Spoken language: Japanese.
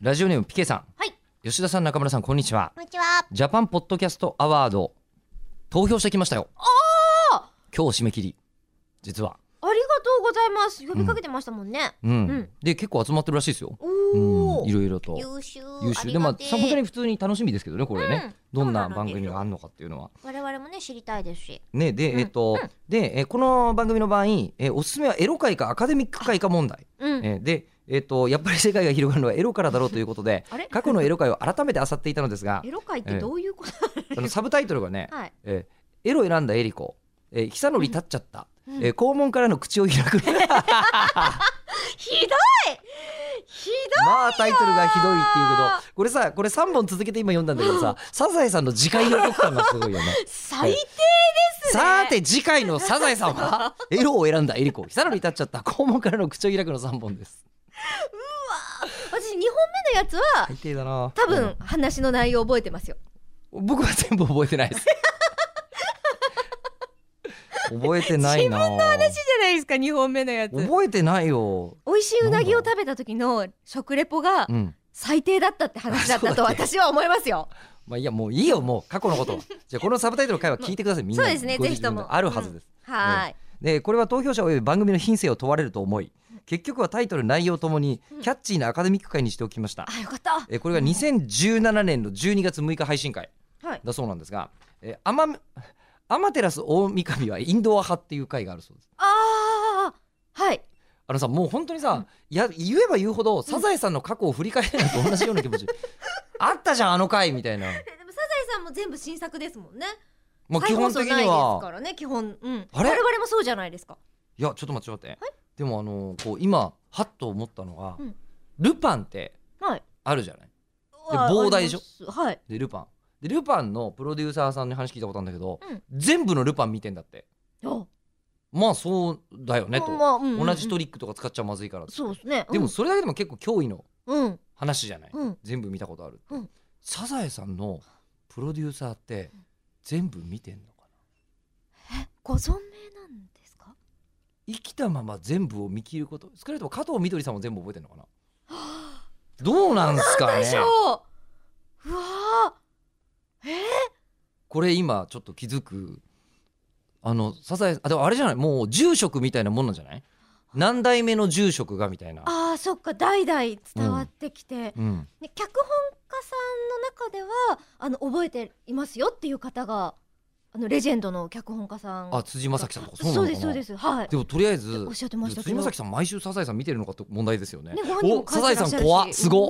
ラジオネームピケさん。はい吉田さん、中村さん、こんにちは。こんにちは。ジャパンポッドキャストアワード、投票してきましたよ。今日締め切り。実は。ありがとうございます。呼びかけてましたもんね。うん。うんで、結構集まってるらしいですよ。おうおん。。いろいろと。優秀。優あ秀りで、まがあ、てえ本当に普通に楽しみですけどね、これね。うんどんな番組があるのかっていうのは。我々もね知りたいですし。ね、で、うんえっと、うんで、えーこの番組の場合、えーおすすめはエロ界かアカデミック界か問題。うん。えーで、えっと、やっぱり世界が広がるのはエロからだろうということであれ、過去のエロ界を改めて漁っていたのです がエ、ロ界ってどういうこと？、あのサブタイトルがねはい。えーエロ選んだエリコ、えー、久則立っちゃった、うんえー肛門からの口を開 くひどい。ひまあタイトルがひどいっていうけどこれさこれ3本続けて今読んだんだけどさ「サザエさん」の次回予告感がすごいよね。どい。最低でさて次回の「サザエさん は」エロを選んだエリコ久則立っちゃった肛門からの口を開くの3本です。す。私二本目のやつは最低だな多分、話の内容覚えてますよ。うん僕は全部覚えて ないです。覚えてないな私じゃないですか二本目のやつ。美覚えてないよ。味しいうなぎを食べた時の食レポがうん最低だったって話だったあそとうだっけ私は思いますよ。まあいいやもういいよもう過去のこと はじゃあこのサブタイトルの回は聞いてくださいみんなそうですねご自身ぜひともであるはずです、はい。でこれは投票者および番組の品性を問われると思い結局はタイトル内容ともにキャッチーなアカデミック会にしておきました、あよかった。えこれが2017年の12月6日配信会はい。だそうなんですが、えアマアマテラス大神はインドア派っていう会があるそうですああ。はい。あのさもう本当にさ、いや言えば言うほどサザエさんの過去を振り返るのと同じような気持 ちあったじゃんあの回みたいなえでもサザエさんも全部新作ですもんね。まあ基再放本送的ないにですはからね基本。うん。あれ我々もそうじゃないですか。いやちょっと待って待って、でもあのこう今はっと思ったのが、うんルパンってはい。あるじゃないうわ膨大でしょありますはい。でルパンでルパンのプロデューサーさんに話聞いたことあるんだけど、うん全部のルパン見てんだってあまあそうだよねと、まあうんうんうん同じトリックとか使っちゃまずいからってそうですね。でもそれだけでも結構脅威のうんうん話じゃない、うん全部見たことあるって、うんサザエさんのプロデューサーって全部見てんのかなご存命なんですか。生きたまま全部を見切ること少なくとも加藤みどりさんも全部覚えてんのかなどうなんすかねでしょう。うわあ。これ今ちょっと気づくあのサザエあでもあれじゃないもう住職みたいなもんなんじゃない何代目の住職がみたいな、ああそっか代々伝わってきて、うん、ね脚本家さんの中ではあの覚えていますよっていう方があのレジェンドの脚本家さん。あ辻正樹さんとかそうなのそうかなですそうですはい。でもとりあえずおっしゃってましたけ辻ど正樹さん毎週サザエさん見てるのかって問題ですよねねご本人もお書サいてザエらっしゃさるしん怖っすごっ